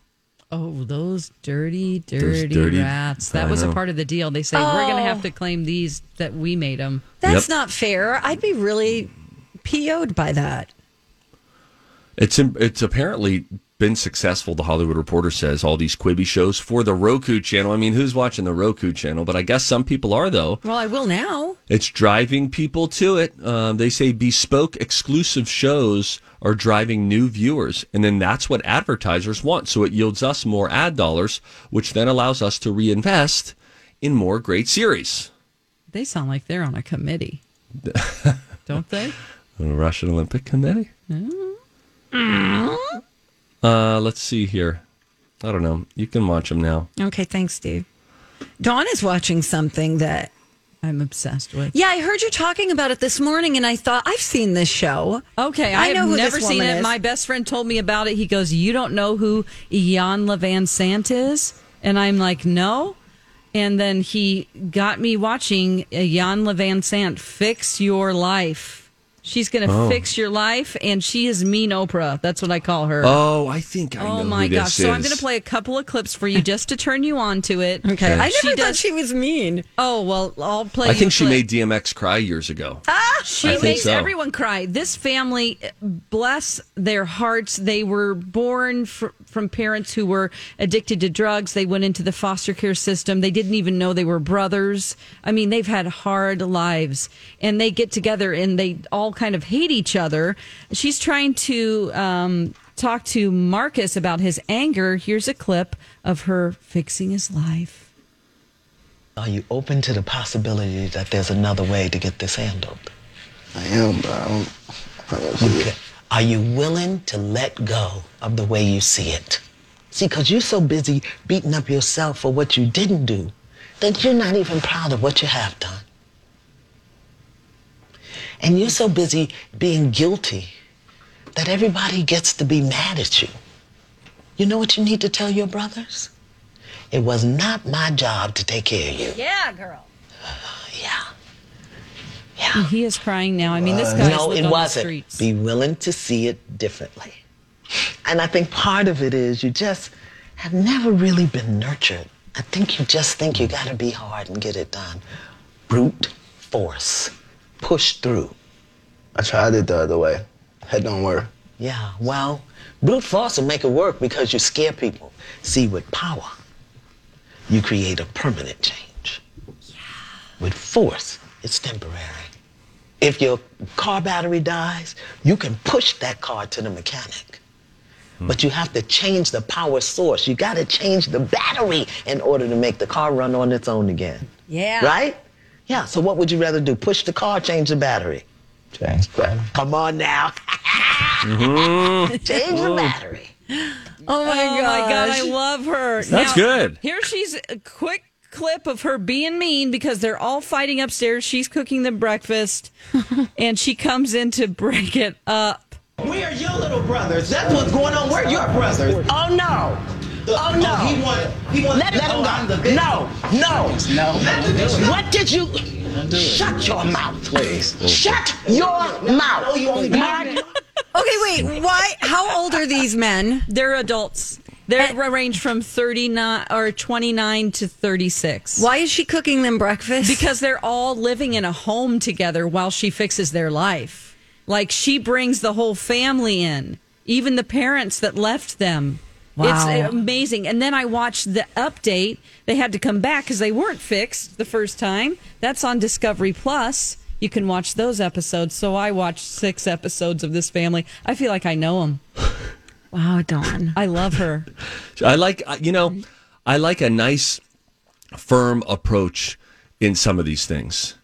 Speaker 5: Oh, those dirty, dirty,
Speaker 4: dirty-
Speaker 5: rats. That
Speaker 4: I
Speaker 5: was a
Speaker 4: know.
Speaker 5: part of the deal. They say we're going to have to claim these that we made them.
Speaker 2: That's
Speaker 4: Yep.
Speaker 2: not fair. I'd be really PO'd by that.
Speaker 4: It's it's apparently been successful. The Hollywood Reporter says all these Quibi shows for the Roku channel. I mean, who's watching the Roku channel? But I guess some people are though.
Speaker 2: Well, I will now.
Speaker 4: It's driving people to it. Um, they say bespoke exclusive shows are driving new viewers, and then that's what advertisers want. So it yields us more ad dollars, which then allows us to reinvest in more great series.
Speaker 5: They sound like they're on
Speaker 4: *laughs*
Speaker 5: a committee. Don't they?
Speaker 4: Uh, Russian Olympic Committee. Uh, let's see here. I don't know. You can watch them now.
Speaker 2: Okay, thanks, Steve. Dawn is watching something that.
Speaker 5: I'm obsessed with.
Speaker 2: Yeah, I heard you talking about it this morning, and I thought I've seen this show.
Speaker 5: Okay, I,
Speaker 2: I know
Speaker 5: have
Speaker 2: who this
Speaker 5: never seen
Speaker 2: woman
Speaker 5: it.
Speaker 2: is.
Speaker 5: My best friend told me about it. He goes, "You don't know who Ian Levan Sant is?" And I'm like, "No." And then he got me watching Ian Levan Sant fix your life. She's going to
Speaker 4: Oh.
Speaker 5: fix your life, and she is mean Oprah. That's what I call her.
Speaker 4: Oh, I think I know.
Speaker 5: Oh
Speaker 4: who
Speaker 5: my
Speaker 4: this
Speaker 5: gosh! So I'm
Speaker 4: is.
Speaker 5: going to play a couple of clips for you just to turn you on to it.
Speaker 2: Okay. I never
Speaker 5: She
Speaker 2: thought
Speaker 5: does-
Speaker 2: she was mean.
Speaker 5: Oh well, I'll play.
Speaker 4: I
Speaker 5: you a
Speaker 4: think she
Speaker 5: clip.
Speaker 4: made DMX cry years ago. I
Speaker 5: She
Speaker 4: think
Speaker 5: makes
Speaker 4: so.
Speaker 5: everyone cry. This family, bless their hearts, they were born fr- from parents who were addicted to drugs. They went into the foster care system. They didn't even know they were brothers. I mean, they've had hard lives, and they get together and they all kind of hate each other. She's trying to um, talk to Marcus about his anger. Here's a clip of her fixing his life.
Speaker 8: Are you open to the possibility that there's another way to get this handled?
Speaker 9: I am, but I don't. I don't see
Speaker 8: Okay.
Speaker 9: it.
Speaker 8: Are you willing to let go of the way you see it? See, because you're so busy beating up yourself for what you didn't do that you're not even proud of what you have done. And you're so busy being guilty that everybody gets to be mad at you. You know what you need to tell your brothers? It was not my job to take care of you.
Speaker 5: Yeah, girl.
Speaker 8: Yeah. Yeah.
Speaker 5: He is crying now. I mean, this guy's
Speaker 8: no,
Speaker 5: lived
Speaker 8: it
Speaker 5: on the
Speaker 8: wasn't.
Speaker 5: streets.
Speaker 8: Be willing to see it differently. And I think part of it is you just have never really been nurtured. I think you just think you got to be hard and get it done. Brute force. Push through.
Speaker 9: I tried it the other way. It don't work.
Speaker 8: Yeah, well, brute force will make it work because you scare people. See, with power, you create a permanent change. With force, it's temporary. If your car battery dies, you can push that car to the mechanic. But you have to change the power source. You got to change the battery in order to make the car run on its own again.
Speaker 5: Yeah.
Speaker 8: Right? Yeah, so what would you rather do? Push the car, change the battery?
Speaker 9: James, but
Speaker 8: Come on now. *laughs* Change the battery.
Speaker 2: Oh my
Speaker 5: Oh my god, I love her.
Speaker 4: That's good.
Speaker 5: Here she's a quick clip of her being mean because they're all fighting upstairs. She's cooking them *laughs* breakfast, and she comes in to break it up.
Speaker 10: We are your little brothers. That's what's going on. We're your brothers.
Speaker 8: Oh no!
Speaker 10: The-
Speaker 8: oh no!
Speaker 10: oh, he wanted- he wanted-
Speaker 8: let, let
Speaker 10: oh,
Speaker 8: him
Speaker 10: I'm the
Speaker 8: go.
Speaker 10: big-
Speaker 8: No, no,
Speaker 10: Let the bitch go.
Speaker 8: What did you? Shut your mouth, please. Shut your mouth.
Speaker 10: you only-
Speaker 8: Mark.
Speaker 2: Okay, wait. Why? How old are these *laughs* men?
Speaker 5: They're adults. They are range from thirty nine or twenty nine to thirty six.
Speaker 2: Why is she cooking them breakfast?
Speaker 5: Because they're all living in a home together while she fixes their life. Like she brings the whole family in, even the parents that left them.
Speaker 2: Wow.
Speaker 5: It's amazing. And then I watched the update. They had to come back because they weren't fixed the first time. That's on Discovery Plus. You can watch those episodes. So I watched six episodes of this family. I feel like I know them.
Speaker 2: wow, Dawn.
Speaker 5: I love her.
Speaker 4: I like I- you know, I like a nice, firm approach in some of these things.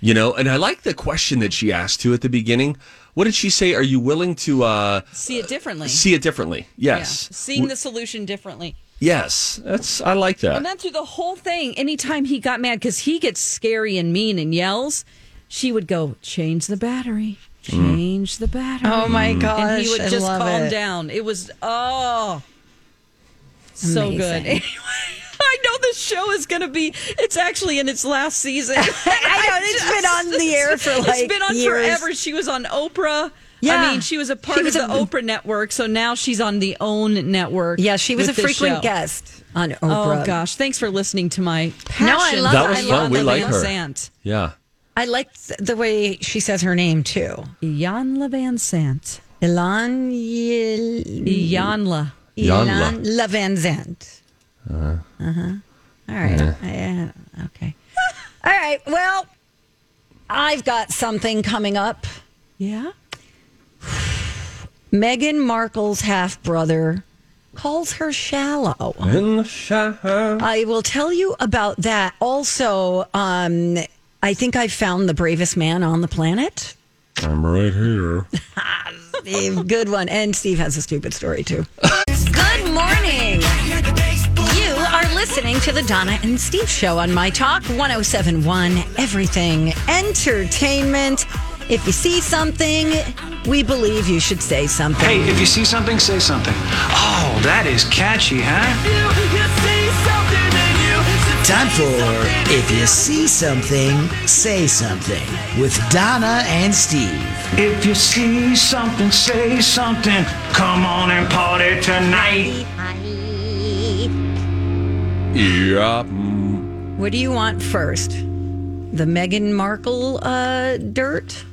Speaker 4: You know, and I like the question that she asked too at the beginning. What did she say? Are you willing to uh,
Speaker 5: See it differently.
Speaker 4: see it differently?
Speaker 5: Yeah.
Speaker 4: Yes.
Speaker 5: Seeing the solution differently.
Speaker 4: Yes. That's I like that.
Speaker 5: And then through the whole thing, anytime he got mad, because he gets scary and mean and yells, she would go, change the battery, change the battery.
Speaker 2: Oh my gosh.
Speaker 5: and he would
Speaker 2: I
Speaker 5: just
Speaker 2: love
Speaker 5: calm
Speaker 2: it.
Speaker 5: down. It was, oh, so good. *laughs*
Speaker 2: Amazing.
Speaker 5: Anyway, I know this show is going to be, it's actually in its last
Speaker 2: *laughs*
Speaker 5: season. I
Speaker 2: know, it's been on the air for,
Speaker 5: *laughs* It's
Speaker 2: like,
Speaker 5: been on
Speaker 2: years.
Speaker 5: forever. She was on Oprah. I
Speaker 2: Yeah.
Speaker 5: mean, she was a part
Speaker 2: She was
Speaker 5: of
Speaker 2: a-
Speaker 5: the Oprah network, so now she's on the OWN network.
Speaker 2: Yeah, she was
Speaker 5: with
Speaker 2: a
Speaker 5: this
Speaker 2: frequent
Speaker 5: show.
Speaker 2: guest on Oprah.
Speaker 5: Oh gosh! Thanks for listening to my
Speaker 2: No, I
Speaker 5: passion.
Speaker 2: love
Speaker 4: That
Speaker 2: it.
Speaker 4: was
Speaker 2: I
Speaker 4: fun.
Speaker 2: love
Speaker 4: We
Speaker 2: the
Speaker 4: like
Speaker 2: Lance
Speaker 4: her.
Speaker 5: Sant.
Speaker 4: yeah.
Speaker 2: I liked the way she says her name too.
Speaker 5: Iyanla Van Sant.
Speaker 2: Ilan Yil-
Speaker 5: Iyanla.
Speaker 2: Ilan
Speaker 4: Ilan
Speaker 2: Lavanzant.
Speaker 4: Uh-huh.
Speaker 2: Uh huh. All right. I- I- okay. *laughs* All right. Well, I've got something coming up.
Speaker 5: Yeah.
Speaker 2: Meghan Markle's half brother calls her shallow.
Speaker 4: In the shower.
Speaker 2: I will tell you about that. Also, um, I think I found the bravest man on the planet.
Speaker 4: I'm right here.
Speaker 2: Steve, good one. And Steve has a stupid story too. Good morning. You are listening to the Donna and Steve show on My Talk 1071 Everything Entertainment. If you see something, we believe you should say something.
Speaker 10: Hey, if you see something, say something. Oh, that is catchy, huh?
Speaker 11: Time for If You See Something, Say Something with Donna and Steve.
Speaker 12: If you see something, say something. Come on and party tonight.
Speaker 4: Yeah.
Speaker 2: What do you want first? The Meghan Markle uh, dirt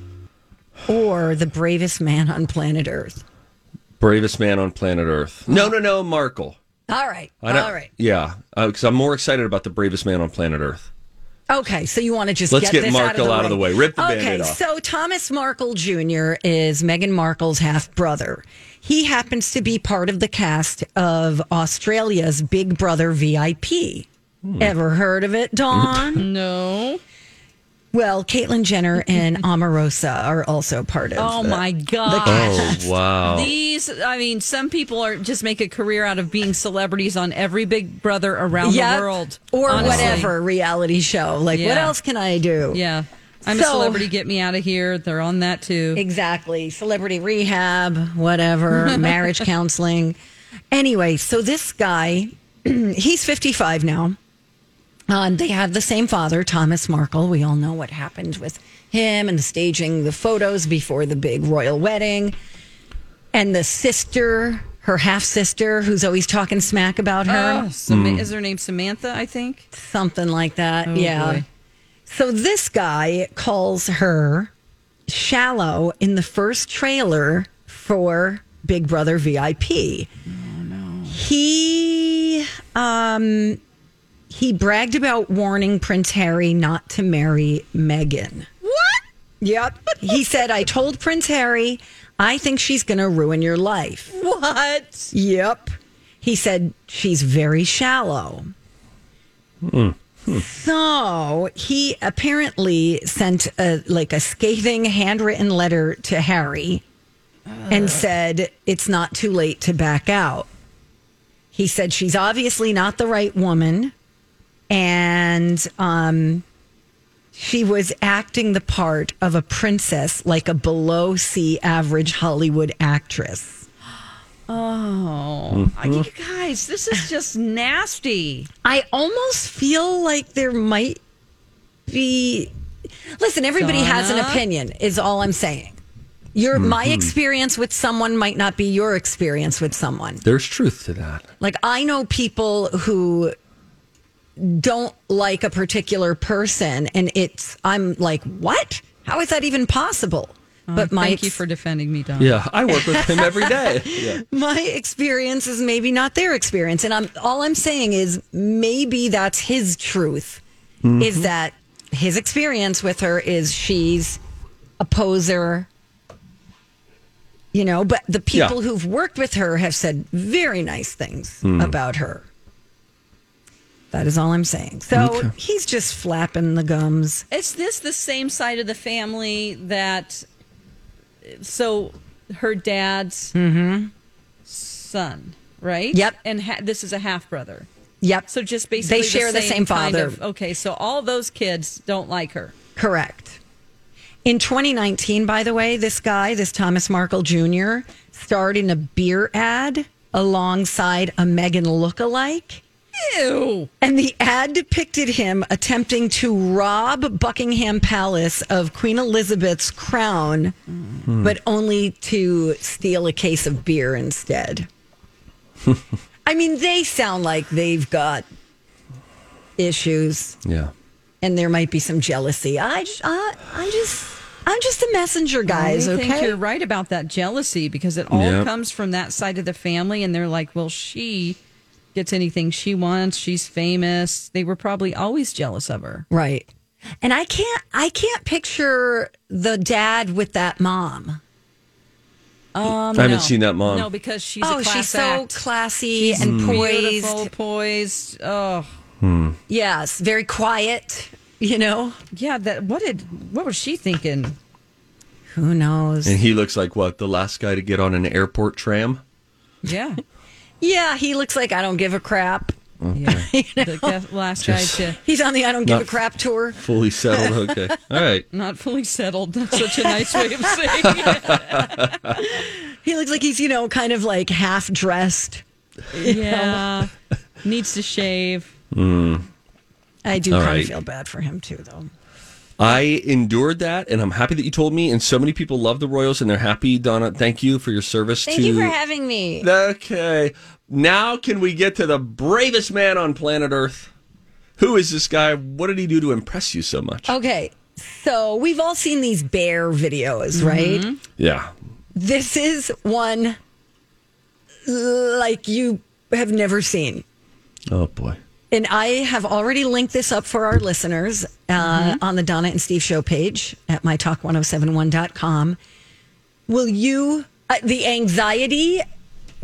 Speaker 2: or the bravest man on planet Earth?
Speaker 4: Bravest man on planet Earth. No, no, no, Markle.
Speaker 2: All right.
Speaker 4: I don't-
Speaker 2: All right.
Speaker 4: Yeah, because I'm more excited about the bravest man on planet Earth.
Speaker 2: Okay, so you want to just
Speaker 4: Let's
Speaker 2: get,
Speaker 4: get
Speaker 2: this
Speaker 4: Markle out of the way. Rip the
Speaker 2: okay,
Speaker 4: Band-Aid off.
Speaker 2: so Thomas Markle Jr. is Meghan Markle's half brother. He happens to be part of the cast of Australia's Big Brother VIP.
Speaker 5: Hmm.
Speaker 2: Ever heard of it, Dawn?
Speaker 5: *laughs* no.
Speaker 2: Well, Caitlyn Jenner
Speaker 5: *laughs*
Speaker 2: and Omarosa are also part of.
Speaker 5: Oh,
Speaker 2: the-
Speaker 5: my
Speaker 2: the
Speaker 5: God.
Speaker 4: Oh
Speaker 2: cast.
Speaker 4: wow.
Speaker 5: These, I mean, some people are just make a career out of being celebrities on every Big Brother around
Speaker 2: Yep.
Speaker 5: the world,
Speaker 2: or
Speaker 5: honestly.
Speaker 2: whatever reality show. Like, what
Speaker 5: Yeah.
Speaker 2: else can I do?
Speaker 5: Yeah, I'm a
Speaker 2: So-
Speaker 5: celebrity. Get me out of here. They're on that too.
Speaker 2: Exactly. Celebrity rehab, whatever, marriage counseling. Anyway, so this guy, *clears throat* he's 55 now. Um, they have the same father, Thomas Markle. We all know what happened with him and staging the photos before the big royal wedding. And the sister, her half sister, who's always talking smack about her.
Speaker 5: Oh, Sam- Is her name Samantha? I think.
Speaker 2: Something like that.
Speaker 5: Oh,
Speaker 2: yeah.
Speaker 5: boy.
Speaker 2: So this guy calls her shallow in the first trailer for Big Brother VIP. Oh no. He um he bragged about warning Prince Harry not to marry Meghan. What? Yep. he said, I told Prince Harry, I think she's gonna ruin your life.
Speaker 5: What?
Speaker 2: Yep. He said, she's very shallow. So he apparently sent a like a scathing handwritten letter to Harry and said it's not too late to back out. He said she's obviously not the right woman and um she was acting the part of a princess like a below sea average Hollywood actress.
Speaker 5: Oh, you guys, this is just nasty.
Speaker 2: I almost feel like there might be. Listen, everybody has an
Speaker 5: Donna?
Speaker 2: opinion. Is all I'm saying. Your my experience with someone might not be your experience with someone.
Speaker 4: There's truth to that.
Speaker 2: Like I know people who don't like a particular person, and it's I'm like, what? How is that even possible? but my
Speaker 5: Oh, thank you
Speaker 2: ex-
Speaker 5: for defending me, Don.
Speaker 4: Yeah, I work with him every day. Yeah.
Speaker 2: my experience is maybe not their experience and i'm all i'm saying is maybe that's his truth is that his experience with her is she's a poser you know but the
Speaker 4: Yeah.
Speaker 2: people who've worked with her have said very nice things
Speaker 4: Hmm.
Speaker 2: about her that is all i'm saying so he's just flapping the gums
Speaker 5: Is this the same side of the family that? So, her dad's
Speaker 2: mm-hmm
Speaker 5: son, right?
Speaker 2: Yep.
Speaker 5: And ha- this is a half brother.
Speaker 2: Yep.
Speaker 5: So just basically,
Speaker 2: They share the same
Speaker 5: kind
Speaker 2: father.
Speaker 5: of- okay, so all those kids don't like her.
Speaker 2: Correct. In 2019, by the way, this guy, this Thomas Markle Jr., starred in a beer ad alongside a Megan lookalike.
Speaker 5: Ew.
Speaker 2: And the ad depicted him attempting to rob Buckingham Palace of Queen Elizabeth's crown, but only to steal a case of beer instead. I mean, they sound like they've got issues
Speaker 4: Yeah.
Speaker 2: and there might be some jealousy. I, j- I am just I'm just a messenger, guys.
Speaker 5: I think
Speaker 2: okay.
Speaker 5: you're right about that jealousy because it all
Speaker 4: Yep.
Speaker 5: comes from that side of the family, and they're like, well, she gets anything she wants. She's famous. They were probably always jealous of her.
Speaker 2: Right. And I can't I can't picture the dad with that mom.
Speaker 5: Um,
Speaker 4: I haven't seen that mom.
Speaker 5: No, because she's
Speaker 2: oh,
Speaker 5: a class
Speaker 2: she's
Speaker 5: act.
Speaker 2: so classy and
Speaker 5: Beautiful,
Speaker 2: poised.
Speaker 5: poised. Oh,
Speaker 2: Yes, very quiet. You know,
Speaker 5: yeah. That what did what was she thinking?
Speaker 2: who knows?
Speaker 4: And he looks like what? The last guy to get on an airport tram?
Speaker 5: *laughs* Yeah.
Speaker 2: yeah, he looks like I don't give a crap.
Speaker 5: Yeah.
Speaker 2: You know?
Speaker 5: The guy- last
Speaker 4: Just-
Speaker 5: guy to
Speaker 2: He's on the I don't give a
Speaker 4: Not-
Speaker 2: crap tour.
Speaker 4: Fully settled. Okay. All right.
Speaker 5: not fully settled. *laughs* That's such a nice way of saying *laughs* it.
Speaker 2: He looks like he's, you know, kind of like half dressed.
Speaker 5: Yeah. Needs to shave.
Speaker 13: I do
Speaker 4: All
Speaker 13: kind
Speaker 4: right.
Speaker 13: of feel bad for him too, though.
Speaker 4: I endured that, and I'm happy that you told me. And so many people love the Royals, and they're happy. Donna, thank you for your service.
Speaker 2: Thank
Speaker 4: to...
Speaker 2: you for having me.
Speaker 4: Okay, now can we get to the bravest man on planet Earth? Who is this guy? What did he do to impress you so much?
Speaker 2: Okay, so we've all seen these bear videos,
Speaker 4: Mm-hmm.
Speaker 2: right?
Speaker 4: Yeah,
Speaker 2: This is one like you have never seen.
Speaker 4: Oh boy.
Speaker 2: And I have already linked this up for our listeners uh,
Speaker 4: Mm-hmm.
Speaker 2: on the Donna and Steve show page at mytalk1071.com. Will you, uh, the anxiety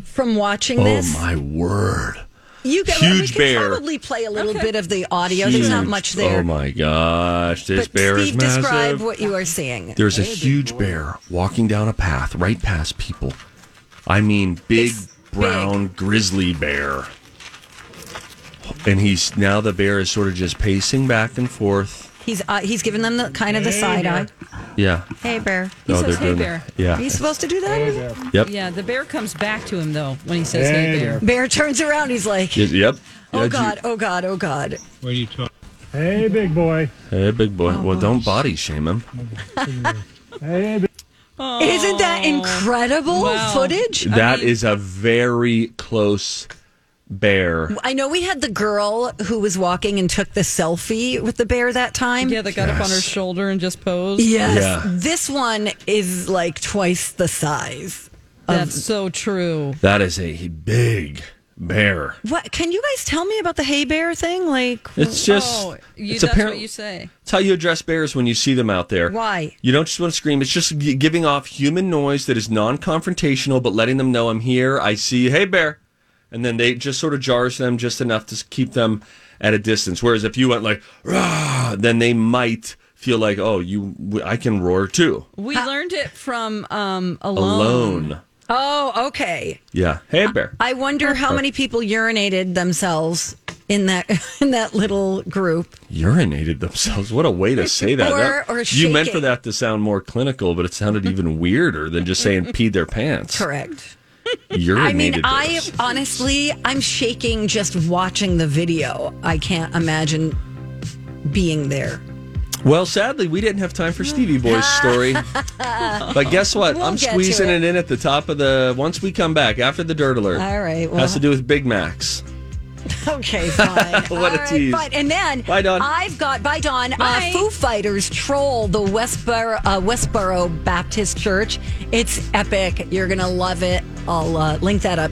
Speaker 2: from watching this?
Speaker 4: Oh my word!
Speaker 2: You can, we
Speaker 4: Huge
Speaker 2: can
Speaker 4: bear.
Speaker 2: probably play a little bit of the audio. There's not
Speaker 4: Huge.
Speaker 2: much there.
Speaker 4: Oh my gosh, this
Speaker 2: but
Speaker 4: bear
Speaker 2: Steve,
Speaker 4: is massive.
Speaker 2: describe what you are seeing.
Speaker 4: There's a huge bear walking down a path right past people. I mean, big brown grizzly bear. And he's now the bear is sort of just pacing back and forth.
Speaker 2: He's uh, he's giving them the kind of the side eye.
Speaker 4: Yeah.
Speaker 2: Hey bear.
Speaker 4: He Oh, says, they're "Hey, doing bear." that. Yeah.
Speaker 2: Are you supposed to do that?
Speaker 4: Yep.
Speaker 5: Yeah, the bear comes back to him though when he says, "Hey, bear."
Speaker 2: Bear turns around. He's like,
Speaker 4: Y- Yep.
Speaker 2: "Oh
Speaker 4: Yeah,
Speaker 2: god, oh god, oh god."
Speaker 4: Where you talking?
Speaker 14: Hey, big boy.
Speaker 4: Hey, big boy.
Speaker 2: Oh,
Speaker 4: well, don't body shame him.
Speaker 14: Hey, big
Speaker 5: Oh.
Speaker 2: Isn't that incredible
Speaker 14: Wow.
Speaker 2: footage?
Speaker 4: That is a very close bear.
Speaker 2: I know we had the girl who was walking and took the selfie with the bear that time.
Speaker 5: Yeah, that got up on her shoulder and just posed.
Speaker 2: Yes. This one is like twice the size.
Speaker 5: That's so true.
Speaker 4: That is a big bear.
Speaker 2: What can you guys tell me about the hay bear thing? Like
Speaker 4: It's just-
Speaker 5: Oh, you,
Speaker 4: it's
Speaker 5: that's
Speaker 4: apparent-
Speaker 5: what you say.
Speaker 4: It's how you address bears when you see them out there.
Speaker 2: Why?
Speaker 4: You don't just want to scream. It's just gi- giving off human noise that is non confrontational, but letting them know I'm here. I see, you. hey, bear. And then they just sort of jars them just enough to s- keep them at a distance. Whereas if you went like, Rah, then they might feel like, oh, you, w- I can roar too.
Speaker 5: We learned it from um, alone.
Speaker 4: Alone.
Speaker 2: Oh, okay.
Speaker 4: Yeah. Hey, bear.
Speaker 2: I wonder how many people urinated themselves in that *laughs* in that little group.
Speaker 4: Urinated themselves. What a way to say that.
Speaker 2: Or-
Speaker 4: That-
Speaker 2: or
Speaker 4: you meant for
Speaker 2: shaking.
Speaker 4: that to sound more clinical, but it sounded even weirder than just
Speaker 2: *laughs*
Speaker 4: saying peed their pants.
Speaker 2: Correct.
Speaker 4: Urinated.
Speaker 2: I mean, I
Speaker 4: themselves.
Speaker 2: honestly, I'm shaking just watching the video. I can't imagine being there.
Speaker 4: Well, sadly, we didn't have time for Stevie Boy's
Speaker 2: *laughs*
Speaker 4: story. But guess what?
Speaker 2: We'll
Speaker 4: I'm
Speaker 2: get to
Speaker 4: squeezing it. in at the top of the. Once we come back after the dirt alert.
Speaker 2: All right, well-
Speaker 4: Has to do with Big Macs.
Speaker 2: *laughs* Okay, fine.
Speaker 4: What a
Speaker 2: All right,
Speaker 4: tease.
Speaker 2: fine. And then
Speaker 4: Bye, Dawn.
Speaker 2: I've got by Dawn. Uh, Foo Fighters troll the Westboro, uh, Westboro Baptist Church. It's epic. You're gonna love it. I'll uh, link that up